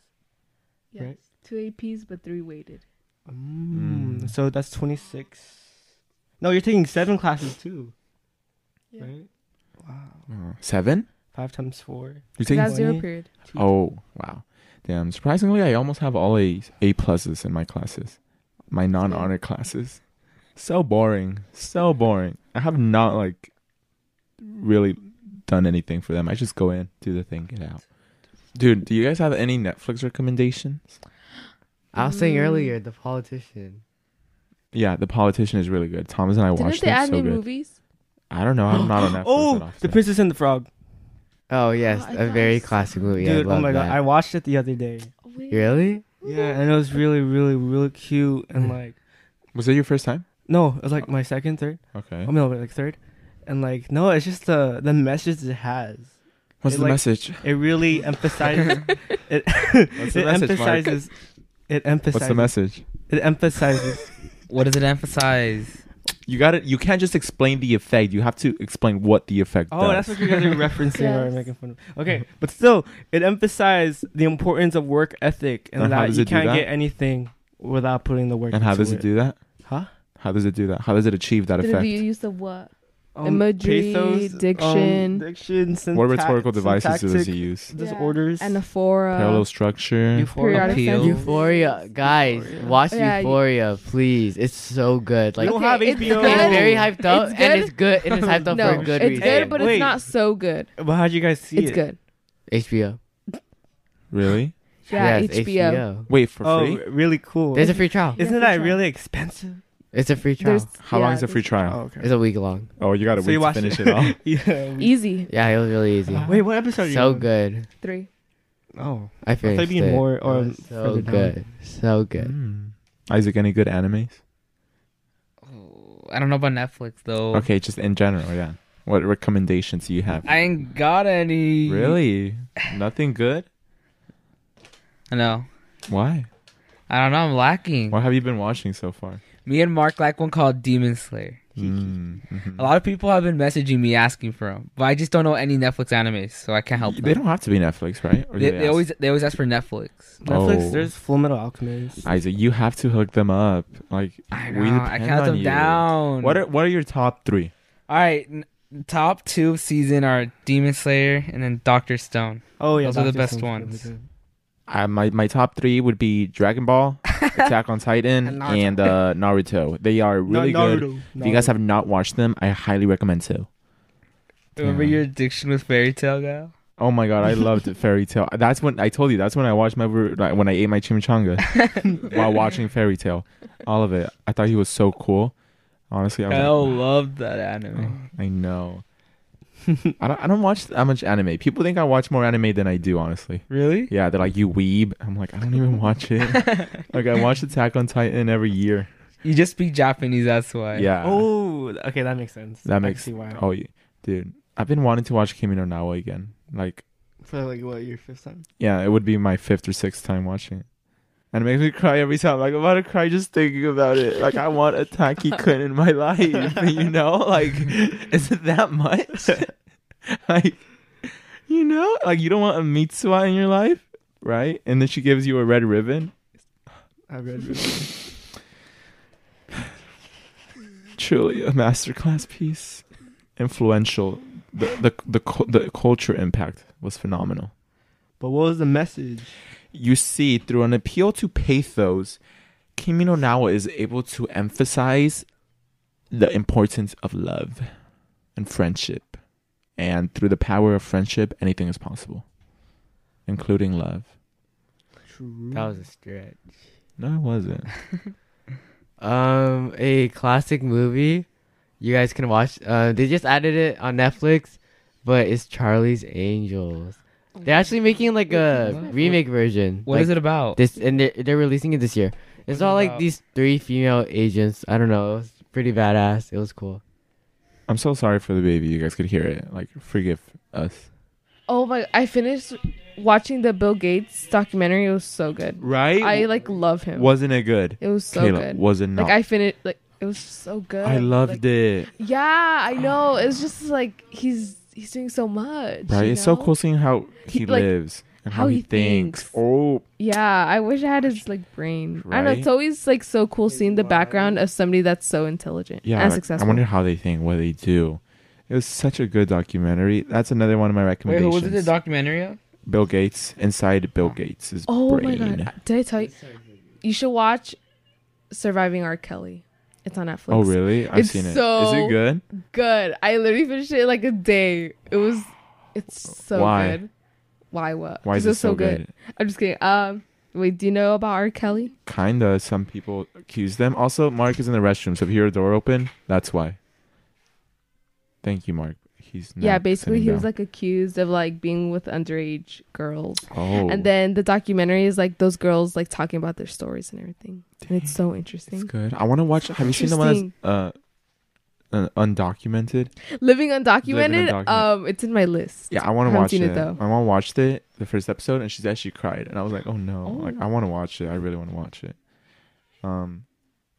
C: Yes.
D: Right.
C: Two APs, but three weighted.
D: Mm.
A: Mm.
D: So that's twenty six. No, you're taking seven classes too.
C: Yeah.
D: Right. Wow.
A: Oh, Seven?
D: Five times four.
A: You're
C: That's
A: taking
C: zero
D: Twenty.
C: period.
D: Two.
A: Oh wow, damn! Surprisingly, I almost have all A's, A pluses in my classes, my non-honor classes. So boring, so boring. I have not like really done anything for them. I just go in, do the thing, get out. Dude, do you guys have any Netflix recommendations?
B: I was saying
C: Mm.
B: earlier, the politician.
A: Yeah, The Politician is really good. Thomas and I
C: Didn't
A: watched
C: they
A: it.
C: add
A: so
C: new
A: good.
C: movies?
A: I don't know. I'm not on Netflix. that
D: Oh,
A: often.
D: The Princess and the Frog.
B: Oh yes,
C: I
B: a
C: thought I
B: very
C: saw
B: classic movie. I
D: Dude,
B: love
D: oh my god,
B: that.
D: I watched it the other day.
C: Wait.
B: really?
D: Yeah, and it was really, really, really cute
A: Mm.
D: and like
A: Was it your first time?
D: no, it was like my second, third.
A: Okay.
D: Oh no, like third. And like no, it's just the the message it has.
A: What's
D: it,
A: the
D: like-
A: message?
D: It really emphasizes it,
A: What's the message,
D: it
A: Mark?
D: emphasizes it emphasizes
A: What's the message?
D: it emphasizes
E: What does it emphasize?
A: You got to You can't just explain the effect. You have to explain what the effect.
D: Oh,
A: does.
D: that's what you guys are referencing or
C: Yes.
D: making fun of. Okay, but still, it emphasized the importance of work ethic and
A: And how
D: that
A: does
D: you
A: it do
D: can't
A: that?
D: get anything without putting the work.
A: And how
D: into
A: does it do that?
D: Huh?
A: How does it do that? How does it achieve that
C: Did
A: effect?
C: they use the what?
B: Oh,
D: Um,
C: Imagery,
B: um,
C: diction.
D: diction, syntax,
A: what rhetorical devices does
D: syntactic
A: he use?
D: Disorders.
C: Anaphora.
A: Parallel structure.
D: Euphoria.
C: Periodic
E: Appeal.
C: sentences.
B: Euphoria, guys,
D: Euphoria.
B: watch
C: Yeah, you-
B: Euphoria, please. It's so good. Like
D: don't have
C: it's
D: HBO.
C: good.
B: it's very hyped up, and
C: It's good.
B: it's good, and it's hyped up
C: no,
B: for a good
C: it's
B: reason.
C: good, but
D: Wait.
C: it's not so good.
D: But how do you guys see
C: It's
D: it?
C: good.
B: HBO.
A: Really?
C: Yeah,
B: Yes,
C: HBO.
A: Wait for
D: Oh,
A: free?
D: really cool.
B: There's a free trial.
C: Yeah,
D: Isn't
C: free
D: that
C: trial.
D: really expensive?
B: It's a free trial.
C: There's
A: How long
C: yeah,
A: is the free
C: there's-
A: trial?
D: okay.
B: It's a week long.
A: Oh, you got to
D: So
A: wait
D: you
A: to
D: watch
A: finish
D: it.
A: it all.
D: yeah. we-
C: Easy
B: Yeah, it was really easy.
D: Wait, what episode? are you
B: so
D: on?
B: good.
C: three.
D: Oh,
B: I
D: I
B: finished
D: thought you
B: it.
D: mean more or
B: It was so
D: further down. Hmm.
B: good, so good.
A: Mm. Isaac, any good animes?
E: Oh, I don't know about Netflix though.
A: Okay, just in general, yeah. What recommendations do you have?
E: I ain't got any.
A: Really? Nothing good?
E: No.
A: Why?
E: I don't know. I'm lacking.
A: What have you been watching so far?
E: Me and Mark like one called Demon Slayer.
A: Mm, mhm.
E: A lot of people have been messaging me asking for them, but I just don't know any Netflix animes, so I can't help
A: They
E: them.
A: don't have to be Netflix, right? Or do
E: They, they
A: ask?
E: always they always ask for Netflix.
A: Oh.
D: Netflix. There's Full Metal Alchemist.
A: Isaac, you have to hook them up. Like
E: I
A: we
E: know. I
A: depend
E: count
A: on
E: them
A: you.
E: down.
A: What are what are your top three?
E: All right. N- top two season are Demon Slayer and then Doctor Stone.
D: Oh yeah,
E: Those are the
D: Dr.
E: best
D: Stone's really
E: ones.
D: good.
A: Uh, my my top three would be Dragon Ball, Attack on Titan, and,
D: And Naruto.
A: uh, Naruto. They are really
D: Na-
A: good.
D: Naruto.
A: If you guys
D: Naruto.
A: have not watched them, I highly recommend so.
E: Remember
A: Yeah.
E: your addiction with Fairy Tale now?
A: Oh my god, I loved Fairy Tale. That's when I told you. That's when I watched my like, when I ate my chimichanga while watching Fairy Tale. All of it. I thought he was so cool. Honestly, I was like,
E: Kyle loved that anime.
A: I know. I don't. I don't watch that much anime. People think I watch more anime than I do. Honestly.
E: Really?
A: Yeah, they're like you weeb. I'm like I don't even watch it. like I watch Attack on Titan every year.
E: You just speak Japanese, that's why.
A: Yeah.
D: Oh, okay, that makes sense.
A: That
D: I can
A: makes-
D: see why.
A: Oh, yeah. dude, I've been wanting to watch Kimi no Nawa again. Like,
D: For like what your fifth time?
A: yeah, it would be my fifth or sixth time watching it, and it makes me cry every time. Like, I'm about to cry just thinking about it. Like, I want a Taki Kun in my life. You know, like, is it that much? like, you know, like you don't want a Mitsuha in your life, right? And then she gives you a red ribbon.
D: I read.
A: Truly a masterclass piece. Influential. The the the, cu- the culture impact was phenomenal.
D: But what was the message?
A: You see, through an appeal to pathos, Kimi no Nawa is able to emphasize the importance of love and friendship. And through the power of friendship, anything is possible, including love.
D: True.
B: That was a stretch.
A: No, it wasn't.
B: Um, a classic movie you guys can watch. Uh, they just added it on Netflix, but it's Charlie's Angels. They're actually making like a
E: What?
B: remake version.
E: What is
B: like,
E: it about?
B: This and they're they're releasing it this year. It's
E: What's it
B: all like
E: about?
B: these three female agents. I don't know. It was pretty badass. It was cool.
A: I'm so sorry for the baby. You guys could hear it. Like, forgive us.
C: Oh my! I finished watching the Bill Gates documentary. It was so good.
A: Right?
C: I like love him.
A: wasn't it good?
C: It was so
A: Caleb,
C: good.
A: was it not?
C: Like I finished. Like it was so good.
A: I loved
C: Uh, Like,
A: it.
C: Yeah, I know. It's just like he's he's doing so much.
A: Right?
C: you
A: It's so
C: know?
A: cool seeing how he,
C: He, like,
A: lives and
C: how he thinks.
A: Oh,
C: Yeah, I wish I had his like brain. I don't know.
A: Right?
C: It's always like so cool seeing the background of somebody that's so intelligent
A: yeah.
C: and
A: like,
C: successful.
A: I wonder how they think, what they do. It was such a good documentary. That's another one of my
E: Wait, who
A: recommendations.
E: was it? The documentary of?
A: Bill Gates inside Bill Gates'
C: oh
A: brain.
C: my god! Did I tell you? You should watch Surviving R. Kelly. It's on Netflix.
A: Oh really? I've
C: It's
A: seen it. Is
C: so
A: it good?
C: Good. I literally finished it in like a day. It was. It's so
A: Why?
C: good. Why what?
A: Why is
C: 'Cause
A: it
C: it was
A: so good?
C: I'm just kidding. Um, wait. Do you know about R. Kelly?
A: Kinda. Some people accuse them. Also, Mark is in the restroom, so if you hear a door open, that's why. Thank you, Mark. He's not
C: yeah. Basically,
A: sitting
C: he was
A: down.
C: like accused of like being with underage girls.
A: oh,
C: And then the documentary is like those girls like talking about their stories and everything. And it's so
A: it's
C: interesting.
A: good. I want to watch. Have you seen the one that's uh, uh undocumented?
C: Living undocumented,
A: Living Undocumented.
C: um, it's in my list.
A: Yeah, I want to
C: haven't
A: watch
C: seen
A: it.
C: it, though.
A: My mom watched it the first episode, and she said she cried, and I was like, "Oh no!
C: Oh.
A: Like, I want to watch it. I really want to watch it." Um,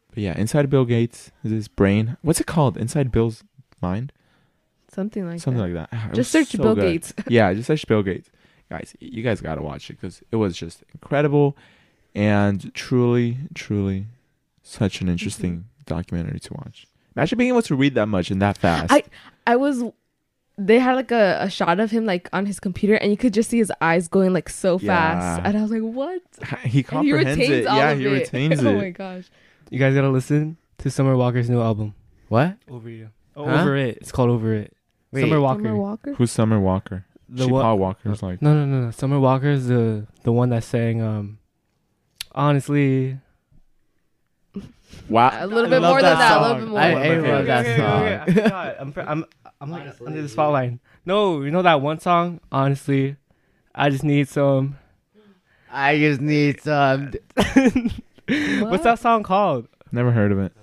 A: but yeah, inside Bill Gates is his brain. What's it called? Inside Bill's mind,
C: Something like
A: something
C: that.
A: like that. Ah, it
C: Just
A: was
C: search
A: so
C: Bill
A: good.
C: Gates.
A: yeah, just search Bill Gates, guys. You guys gotta watch it because it was just incredible, and truly, truly, such an interesting documentary to watch. Imagine being able to read that much and that fast.
C: I I was they had like a, a shot of him like on his computer and you could just see his eyes going like so fast.
A: Yeah.
C: And I was like, What?
A: he
C: And he
A: comprehends
C: retains
A: it.
C: all
A: Yeah,
C: of
A: he
C: it.
A: retains
C: oh
A: it.
C: my gosh.
D: You guys gotta listen to Summer Walker's new album.
B: What?
D: Over you. Oh,
B: Huh?
D: over it. It's called Over It.
B: Wait.
D: Summer Walker.
C: Summer Walker?
A: Who's Summer Walker?
D: The
A: she
D: wa-
A: Paul Walker's like
D: No, no, no, no. Summer Walker's the the one that sang. Um, honestly,
A: wow.
C: A little
D: I
C: bit
D: love
C: more
D: that
C: than that, a
D: song.
C: little bit more.
B: I- I
A: Okay,
B: love that
A: okay,
B: song.
A: okay.
D: I forgot. I'm, fr- I'm, I'm like under the spotlight. No, you know that one song. Honestly, I just need some.
B: I just need some.
D: What's that song called?
A: Never heard of it.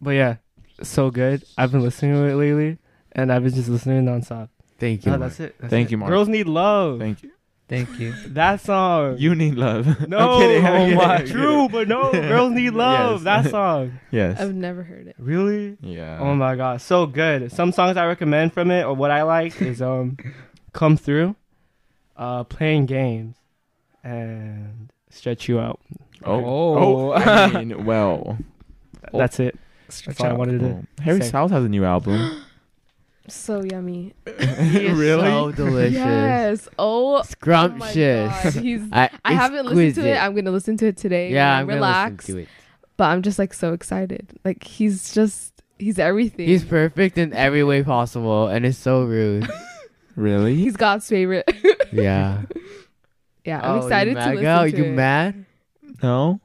D: But yeah, so good. I've been listening to it lately, and I've been just listening nonstop.
B: Thank you.
D: No,
B: Mark.
D: that's it. That's
A: Thank
D: it.
A: you, Mark.
D: Girls need love.
A: Thank you.
E: Thank you.
D: that song.
A: You need love.
D: no,
A: I'm kidding, I'm
D: oh
A: kidding,
D: my,
A: I'm kidding.
D: true, but no. Girls need love.
A: Yes.
D: That song.
A: Yes.
C: I've never heard it.
D: Really?
A: Yeah.
D: Oh my god, so good. Some songs I recommend from it or what I like is um Come Through, uh Playing Games, and Stretch You Out.
A: Oh.
E: Oh.
A: I mean, well.
E: Oh.
D: That's it. That's all I wanted to
A: Oh. Harry
D: Say.
A: Styles has a new album.
C: So yummy.
B: He is
A: really?
B: So delicious.
C: Yes. Oh
B: Scrumptious.
C: Oh my God. He's
B: I,
C: I haven't listened to it.
B: exquisite.
C: I'm gonna listen to it today.
B: yeah,
C: when
B: I'm
C: relax.
B: gonna listen to it.
C: But I'm just like so excited. Like he's just he's everything.
B: He's perfect in every way possible, and it's so rude.
A: really?
C: he's God's favorite.
B: Yeah.
C: yeah,
B: Oh,
C: I'm
B: you
C: excited to
B: mad,
C: listen
B: girl?
C: to
B: you
C: it.
B: mad?
A: No.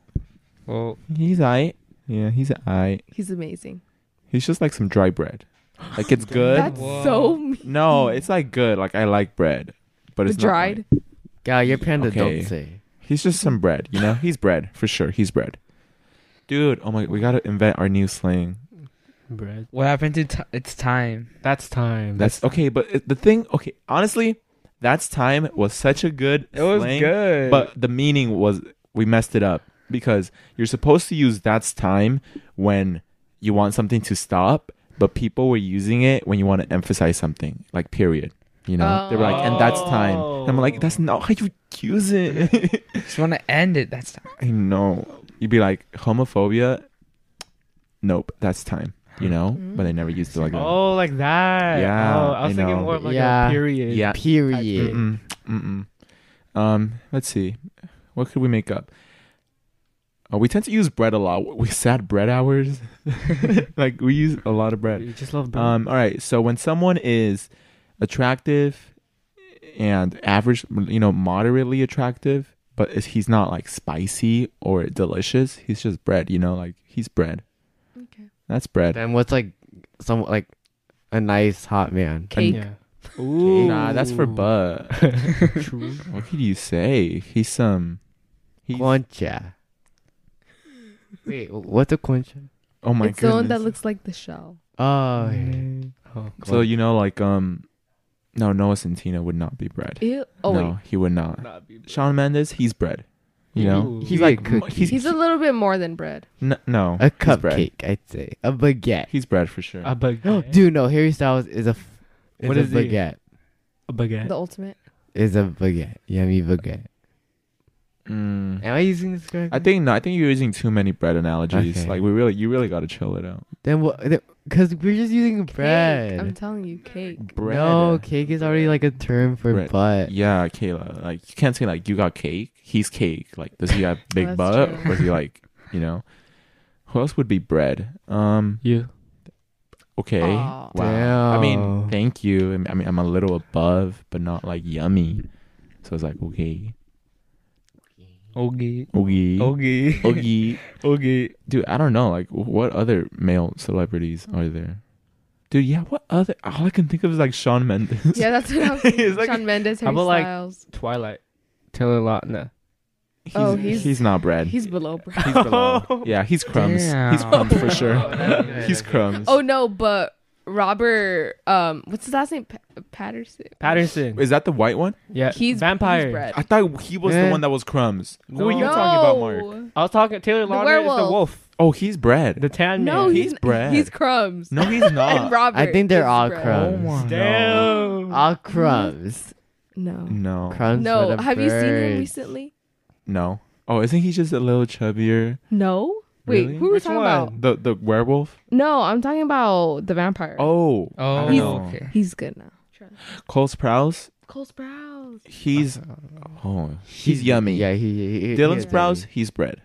E: Well,
A: He's I. Yeah, he's I.
C: He's amazing.
A: He's just like some dry bread. Like it's good.
C: That's
E: Whoa.
C: so mean.
A: no, it's like good. Like I like bread, but
C: But
A: it's not
C: dried.
A: like-
B: Gal, you're panda
A: Okay.
B: don't say.
A: He's just some bread, you know. He's bread for sure. He's bread. Dude, oh my, we gotta invent our new slang.
D: Bread.
E: what happened to t- it's time?
D: That's time.
A: That's okay, but it- the thing, okay, honestly, that's time was such a good.
E: It was
A: slang,
E: good.
A: but the meaning was we messed it up because you're supposed to use that's time when you want something to stop, but people were using it when you want to emphasize something, like period. You know, they were like, and that's time. And I'm like, that's not how you use it.
E: just want to end it. That's time.
A: I know. You'd be like homophobia. Nope, that's time. You know, but they never used it like that.
D: Oh, like that.
A: Yeah,
D: Oh, I was
A: I
D: thinking
A: know.
D: more of like
B: Yeah.
D: a period.
A: Yeah.
B: Period.
A: Mm-mm. Mm-mm. Um, let's see. What could we make up? Oh, we tend to use bread a lot. We sad bread hours. like we use a lot of bread.
B: You just love
A: Um, all right. So when someone is attractive and average, you know, moderately attractive, but is- he's not like spicy or delicious, he's just bread. You know, like he's bread.
C: Okay.
A: That's bread.
B: And what's like some like a nice hot man?
C: Cake.
D: Yeah.
E: Ooh.
A: Nah, that's for Bud. what could you say? He's some. He's,
B: Concha. Wait, what's a concha?
A: oh my
C: it's the one that
A: goodness.
C: looks like the shell.
B: Oh, yeah.
D: Mm.
E: Oh,
A: so you know, like um, no, Noah Centino would not be bread.
C: Ew. Oh
A: no,
C: wait.
A: he would not.
D: Not be-
A: Sean Mendes, he's bread. You know,
D: Ooh.
A: he's
B: He
A: like
B: a cookie.
A: he's
C: He's a little bit more than bread.
A: n- no
B: a
A: he's bread.
B: cupcake. I'd say a baguette.
A: He's bread for sure.
D: A baguette.
B: Dude, no, Harry Styles is a f- is
D: What
B: a
D: is he?
B: baguette.
D: A baguette.
C: The ultimate.
B: Is a baguette. Yummy baguette.
A: Mm.
B: Am I using this correctly?
A: I think no. I think you're using too many bread analogies.
B: Okay.
A: Like we really, you really got to chill it out.
B: Then what? Because we're just using
C: Cake. I'm
B: bread.
C: telling you, cake.
A: Bread.
B: No, cake is already like a term for
A: Bread.
B: butt.
A: Yeah, Kayla. Like you can't say like you got cake. He's cake. Like does he have big
C: That's
A: butt?
C: true.
A: Or is he like you know? Who else would be bread? Um.
D: You.
A: Okay.
C: Aw.
A: Wow.
B: Damn.
A: I mean, thank you. I mean, I'm a little above, but not like yummy. So it's like okay,
E: Ogie.
A: okay,
E: Ogie.
A: okay.
E: Ogie.
A: dude, I don't know. Like, what other male celebrities are there? Dude, yeah, what other? All I can think of is like Sean Mendes.
C: Yeah, that's what I was thinking.
A: It's like-
C: Shawn Mendes,
D: How
C: Harry
D: about, like-
C: Styles.
D: Twilight. Taylor Lautner.
A: he's,
C: Oh,
A: he's
C: he's-
A: not bread.
C: He's below bread.
A: He's below. yeah, he's crumbs. He's
E: Damn.
A: crumbs for sure.
E: Okay.
A: he's crumbs.
C: Oh no, but Robert, um, what's his last name? Pa- Patterson.
D: Patterson.
A: is that the white one?
D: Yeah.
C: He's
D: vampire.
C: He's bread.
A: I thought he was the
D: Eh.
A: one that was crumbs. Who are you
D: No.
A: talking about, Mark?
D: I was talking. Taylor
C: The
D: Lautner is the
C: werewolf.
D: wolf.
A: Oh, he's bread.
D: The tan man.
C: No,
A: he's
C: he's
A: bread.
C: He's crumbs.
A: no, he's
C: and
A: not.
C: Robert.
B: I think they're
C: is
B: all
C: bread.
B: crumbs.
E: Oh my.
D: Damn.
B: All crumbs.
C: No.
A: No,
B: Crumbs.
C: No.
B: for the
C: Have you seen him
B: birds.
C: recently?
A: no. Oh, isn't he just a little chubbier?
C: No. Wait,
A: Really?
C: who were we
D: Which
C: talking
D: one?
C: about?
A: The the werewolf.
C: No, I'm talking about the vampire.
A: Oh, I
E: Oh,
A: don't know.
E: okay.
C: He's good now.
A: Cole Sprouse.
C: Cole Sprouse.
A: He's oh, he's yummy.
B: Yeah, Uh, he. he, he
A: Dylan
B: he's
A: Sprouse,
B: yummy.
A: he's bread.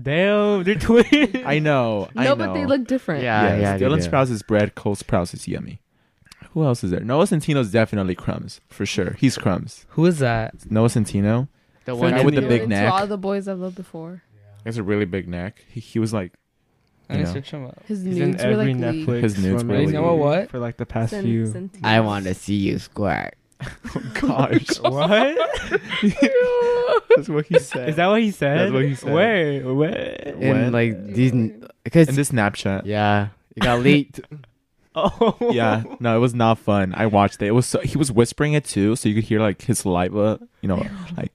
D: Damn. They're twins.
A: I know. I
C: no,
A: know.
C: but they look different.
B: Yeah.
A: Yes,
B: yeah, they
A: Dylan
B: do.
A: Sprouse is bread. Cole Sprouse is yummy. Who else is there? Noah Centino's definitely crumbs for sure. He's crumbs.
E: Who is that?
A: Noah Centino
B: The
A: For
B: one
A: now
B: in
A: with the
B: New
A: big
B: York.
C: To
A: neck.
C: all the boys I've loved before.
A: has a really big neck. He, he was like,
E: Let
A: You
E: me
A: know.
E: search him up.
C: His
D: He's in
C: nudes were
D: every
C: like leaked.
D: Netflix.
A: His nudes
D: for
A: were
D: maybe-
A: leaked. You know
E: what?
D: For like the past
C: Sen-
D: few. Oh,
C: sentient.
B: I want to see you squirt.
A: gosh,
D: what?
A: that's what he said.
D: Is that what he said?
A: That's what he said.
D: Wait, wait.
A: What?
B: And like these, because
A: in this Snapchat?
B: yeah, it got leaked.
D: Oh.
A: Yeah, no, it was not fun. I watched it. It was so, he was whispering it too, so you could hear like his saliva. You know, like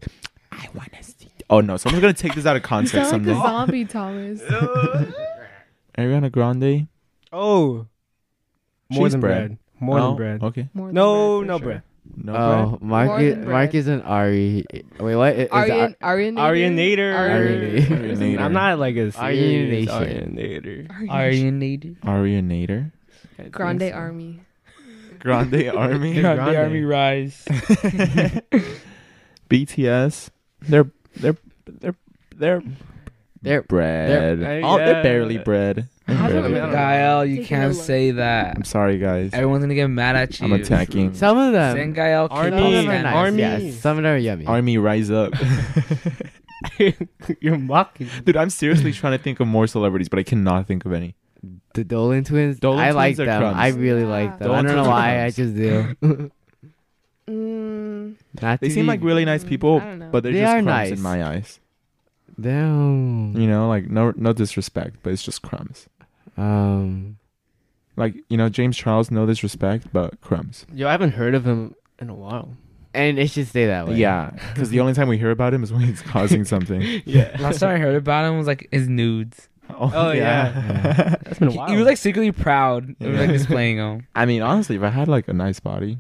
A: I want to see. Oh no, someone's gonna take this out of
C: You
A: context
C: sound like
A: someday.
C: a zombie, Thomas.
A: Ariana Grande,
D: Oh. More
A: She's
D: than
A: bread.
D: bread. More
A: No?
D: than bread.
A: Okay,
C: More than
D: No,
C: for
D: no
C: sure.
D: bread.
A: no. bread?
B: oh, Mark,
C: More
B: is,
C: than
B: Mark
C: bread.
B: isn't Ari. Wait, what? Is
C: Aryan, Aryan,
D: Arianator.
B: Arianator.
A: Arianator.
D: I'm not like a serious
B: Arianation.
D: Arianator.
E: Arianator.
A: Arianator.
C: Grande Army.
A: Grande Army.
E: Grande Army Rise.
A: BTS. They're they're they're they're
B: They're-
A: bread.
D: they're-
A: oh, they're
D: yeah.
A: barely bread. They're
C: I
A: barely
C: don't
A: bread.
C: know.
E: Gael, you
C: Take
E: can't
C: it alone.
E: say that.
A: I'm sorry, guys.
E: Everyone's gonna get mad at you.
A: I'm attacking.
B: Some of them.
E: Send Gael K-pop
D: Army.
B: some of them are
E: standards.
B: nice.
D: Army.
B: Yes, some of them are yummy.
A: Army, rise up,
D: You're mocking.
A: dude. I'm seriously trying to think of more celebrities, but I cannot think of any.
B: The Dolan twins.
A: Dolan
B: I
A: twins
B: like
A: are
B: them.
A: crumbs.
B: I really
C: Yeah.
B: like them.
A: Dolan
B: I don't
A: twins
B: know
A: are
B: why. I
A: crumbs.
B: just do.
C: Mm,
B: Not
A: They
B: to
A: seem
B: be-
A: like really nice
C: Mm,
A: people,
C: I don't know.
A: but they're
B: They
A: just
B: are
A: crumbs
B: nice.
A: in my eyes.
B: Damn.
A: You know, like no no disrespect, but it's just crumbs.
B: Um.
A: Like you know, James Charles, no disrespect, but crumbs.
D: Yo, I haven't heard of him in a while.
B: And it should stay that way.
A: Yeah, because the only time we hear about him is when he's causing something.
D: Yeah.
E: Last time I heard about him was like his nudes.
D: Oh,
A: yeah.
D: That's been a
E: He,
D: while.
E: he was like secretly proud of
A: Yeah.
E: like displaying them.
A: I mean, honestly, if I had like a nice body,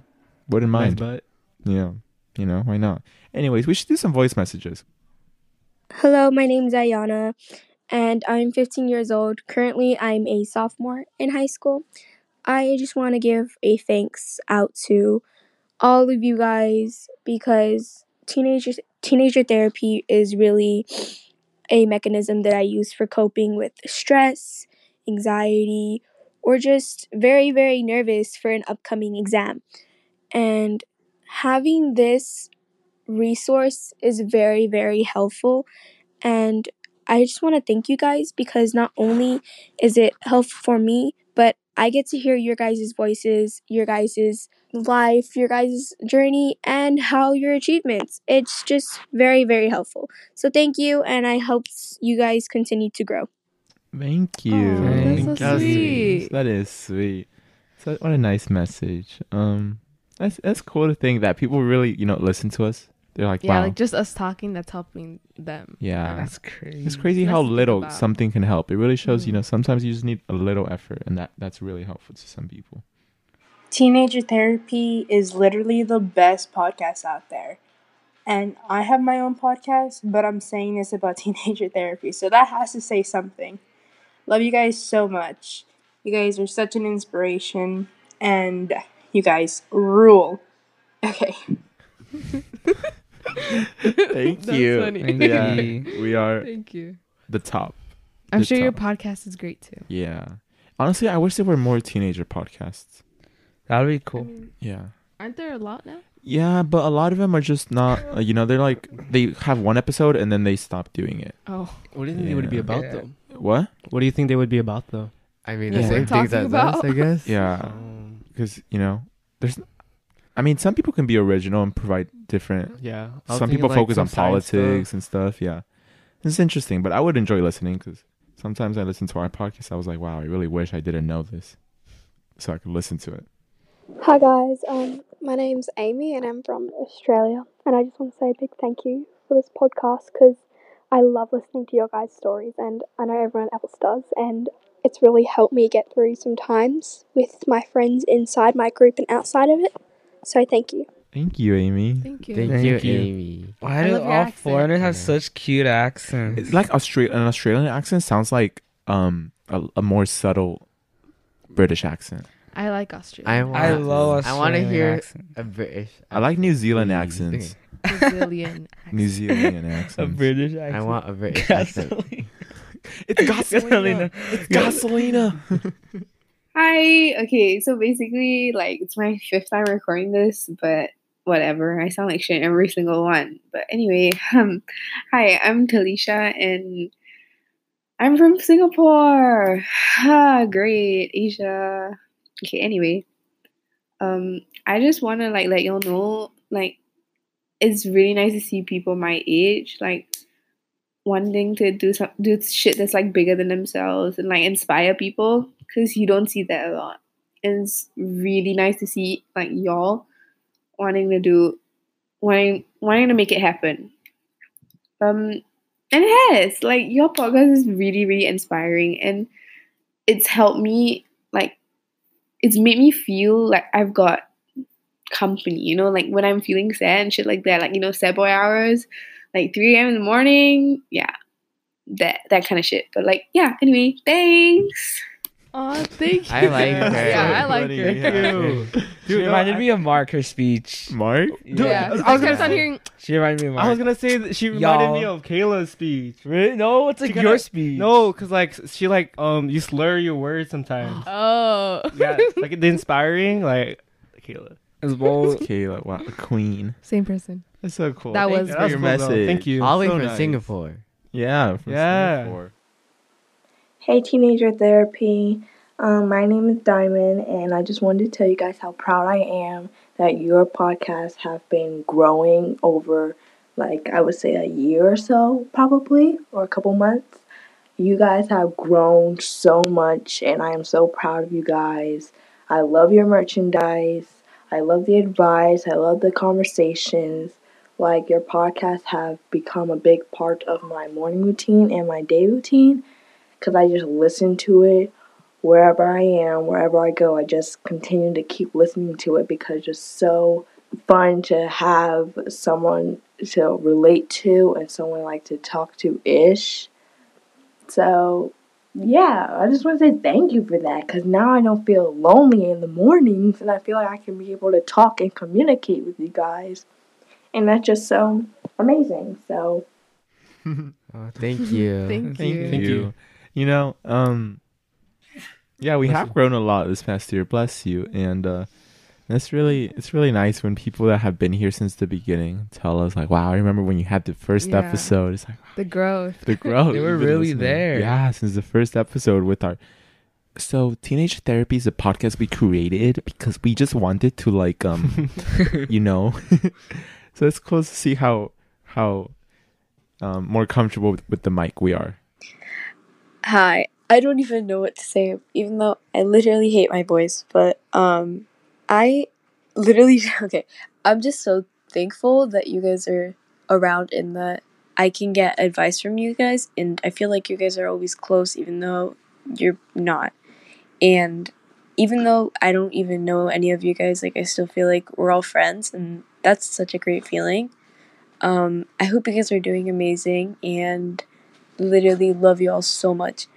A: wouldn't
D: nice
A: mind.
D: butt.
A: yeah, you know, why not? Anyways, we should do some voice messages.
F: Hello, my name's Ayana, and I'm 15 years old. Currently, I'm a sophomore in high school. I just want to give a thanks out to all of you guys because teenagers teenager therapy is really a mechanism that I use for coping with stress, anxiety, or just very, very nervous for an upcoming exam. And having this resource is very, very helpful. And I just want to thank you guys because not only is it helpful for me, but I get to hear your guys' voices, your guys' life, your guys' journey, and how your achievements. It's just very, very helpful. So thank you, and I hope s- you guys continue to grow.
A: Thank you.
C: Aw,
E: that's
C: so
A: That is-
C: sweet.
A: That is sweet. So what a nice message. Um, that's that's cool to think that people really you know listen to us. They're like,
C: Yeah,
A: wow,
C: like just us talking that's helping them. Um,
A: yeah.
E: That's crazy.
A: It's crazy
C: That's
A: how
C: the thing
A: little
C: about-
A: something can help. It really shows you
C: Mhm.
A: know sometimes you just need a little effort, and that that's really helpful to some people.
G: Teenager Therapy is literally the best podcast out there. And I have my own podcast, but I'm saying this about teenager therapy. So that has to say something. Love you guys so much. You guys are such an inspiration. And you guys rule. Okay.
A: Thank
C: That's
A: you.
C: funny.
E: Thank
A: Yeah,
E: you.
A: we are
C: Thank you.
A: the top.
C: I'm
A: The
C: sure your
A: top.
C: podcast is great too.
A: Yeah. Honestly, I wish there were more teenager podcasts.
E: That'd be cool.
A: Yeah.
C: Aren't there a lot now?
A: Yeah, but a lot of them are just not. Uh, you know, they're like they have one episode and then they stop doing it.
C: Oh,
D: What do you think they would be
A: Yeah.
D: about
E: Yeah.
D: though?
C: Um,
A: What?
D: What do you think they would be about though?
B: I mean, the
A: Yeah.
B: same
A: We're
B: things
C: talking
B: as us,
C: about-
B: I guess.
A: Yeah,
D: Um,
A: because you know, there's. I mean, some people can be original and provide different.
D: yeah. I was
A: Some
D: thinking,
A: people
D: like,
A: focus
D: some
A: on
D: science stuff.
A: politics and stuff. Yeah, it's interesting, but I would enjoy listening because sometimes I listen to our podcast. I was like, wow, I really wish I didn't know this, so I could listen to it.
H: Hi guys, um, my name's Amy and I'm from Australia. And I just want to say a big thank you for this podcast because I love listening to your guys' stories and I know everyone else does. And it's really helped me get through some times with my friends inside my group and outside of it. So thank you.
A: Thank you, Amy.
C: thank you.
B: Thank,
E: Thank
B: you,
E: you.
B: Amy.
E: Why
C: I
E: do
C: love
E: all
C: your accent.
E: foreigners have
B: Yeah.
E: such cute accents?
A: It's like Australia. An Australian accent sounds like um a, a more subtle British accent.
C: I like Australia.
B: I want.
E: I love Australian
B: I want to hear
E: accent.
B: a British.
A: I like New Zealand
B: Please.
A: accents.
C: Brazilian.
A: New
C: accent.
A: Zealand
E: A
A: accents.
E: British accent.
B: I want a British accent.
E: Gasolina.
A: It's Gasolina. It's Gasolina.
I: Hi. Okay, so basically, like, it's my fifth time recording this, but whatever. I sound like shit in every single one. But anyway, um, hi, I'm Talisha, and I'm from Singapore. Ah, great, Asia. Okay, anyway, um, I just want to like let y'all know, like, it's really nice to see people my age, like wanting to do some do shit that's like bigger than themselves and like inspire people because you don't see that a lot. And it's really nice to see like y'all wanting to do wanting wanting to make it happen. Um and it has like your podcast is really really inspiring and it's helped me like it's made me feel like I've got company, you know, like when I'm feeling sad and shit like that, like you know, sad boy hours, like 3 a.m. in the morning, yeah. That that kind of shit. But like yeah, anyway, thanks.
C: Aw, thank you.
B: I like her.
C: Yeah, I like her.
A: her.
E: She reminded me of Mark, her speech.
A: Mark.
C: Yeah, I kept on hearing.
E: She reminded me of Mark.
D: I was gonna say that she reminded me
E: Y'all.
D: of Kayla's speech.
E: Really? No, it's like
D: She
E: your
D: gonna-
E: speech.
D: No, cause like she like um you slur your words sometimes.
C: Oh,
D: yeah, like the inspiring like Kayla.
E: It's bold.
A: Kayla, wow, a queen.
C: same person.
A: That's so cool.
C: That was
A: you
D: That
A: for your
D: cool, though.
A: message.
D: Thank you.
B: All the way
A: So
B: from
A: nice.
B: Singapore.
A: Yeah. From
D: Yeah.
A: Singapore.
G: Hey, Teenager Therapy. Um, my name is Diamond, and I just wanted to tell you guys how proud I am that your podcasts have been growing over, like, I would say a year or so, probably, or a couple months. You guys have grown so much, and I am so proud of you guys. I love your merchandise. I love the advice. I love the conversations. Like, your podcasts have become a big part of my morning routine and my day routine because I just listen to it wherever I am, wherever I go. I just continue to keep listening to it because it's just so fun to have someone to relate to and someone like to talk to ish. So, yeah, I just want to say thank you for that because now I don't feel lonely in the mornings and I feel like I can be able to talk and communicate with you guys. And that's just so amazing. So
B: Oh, thank you.
C: Thank
A: Thank you.
C: you.
D: Thank you.
A: You know, um, yeah, we
D: Bless
A: have
D: you.
A: grown a lot this past year. Bless you, and uh, that's really it's really nice when people that have been here since the beginning tell us like, "Wow, I remember when you had the first
C: Yeah.
A: episode." It's like
C: The growth.
A: the growth.
E: They were
A: You've been
E: really
A: listening.
E: there.
A: Yeah, since the first episode with our. So, teenage therapy is a podcast we created because we just wanted to like um, you know. so it's cool to see how how um more comfortable with, with the mic we are.
J: Hi. I don't even know what to say, even though I literally hate my voice, but um I literally okay. I'm just so thankful that you guys are around and that I can get advice from you guys and I feel like you guys are always close even though you're not. And even though I don't even know any of you guys, like I still feel like we're all friends and that's such a great feeling. Um I hope you guys are doing amazing and literally love you all so much.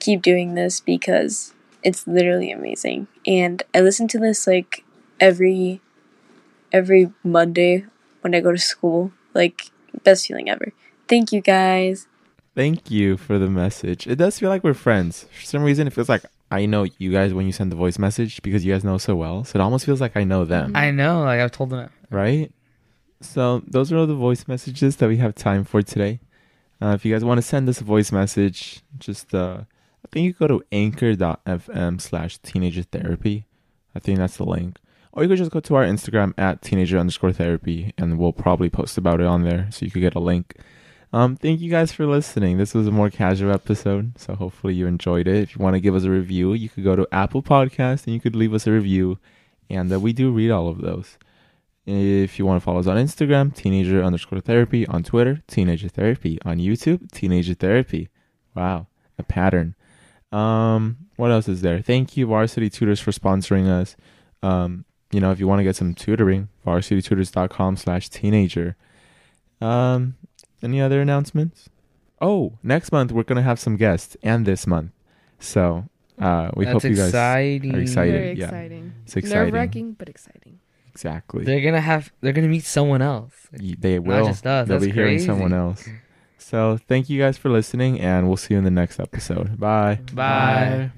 J: Keep doing this because it's literally amazing. And I listen to this like every every Monday when I go to school. Like best feeling ever. Thank you guys.
A: Thank you for the message. It does feel like we're friends. For some reason, it feels like I know you guys when you send the voice message because you guys know so well. So it almost feels like I know them,
E: I know. Like I've told them.
A: right? So those are all the voice messages that we have time for today. Uh, if you guys want to send us a voice message, just uh, I think you go to anchor.fm slash teenager therapy. I think that's the link. Or you could just go to our Instagram at teenager underscore therapy and we'll probably post about it on there so you could get a link. Um, thank you guys for listening. This was a more casual episode, so hopefully you enjoyed it. If you want to give us a review, you could go to Apple Podcast and you could leave us a review, and uh, we do read all of those. If you want to follow us on Instagram, teenager underscore therapy, on Twitter, teenager therapy, on YouTube, teenager therapy. Wow, a pattern. Um, what else is there? Thank you, Varsity Tutors, for sponsoring us. Um, you know, if you want to get some tutoring, varsitytutors.com slash teenager. Um, any other announcements? Oh, next month we're gonna have some guests, and this month, so uh, we
E: That's
A: hope you guys
E: exciting.
A: are excited.
C: Very
A: yeah,
C: exciting.
A: it's exciting.
C: Nerve wracking, but exciting.
A: Exactly.
E: They're gonna have. They're gonna meet someone else.
A: Y- They will.
E: just us.
A: They'll
E: That's
A: be hearing someone
E: crazy.
A: else. So thank you guys for listening, and we'll see you in the next episode. Bye.
E: Bye.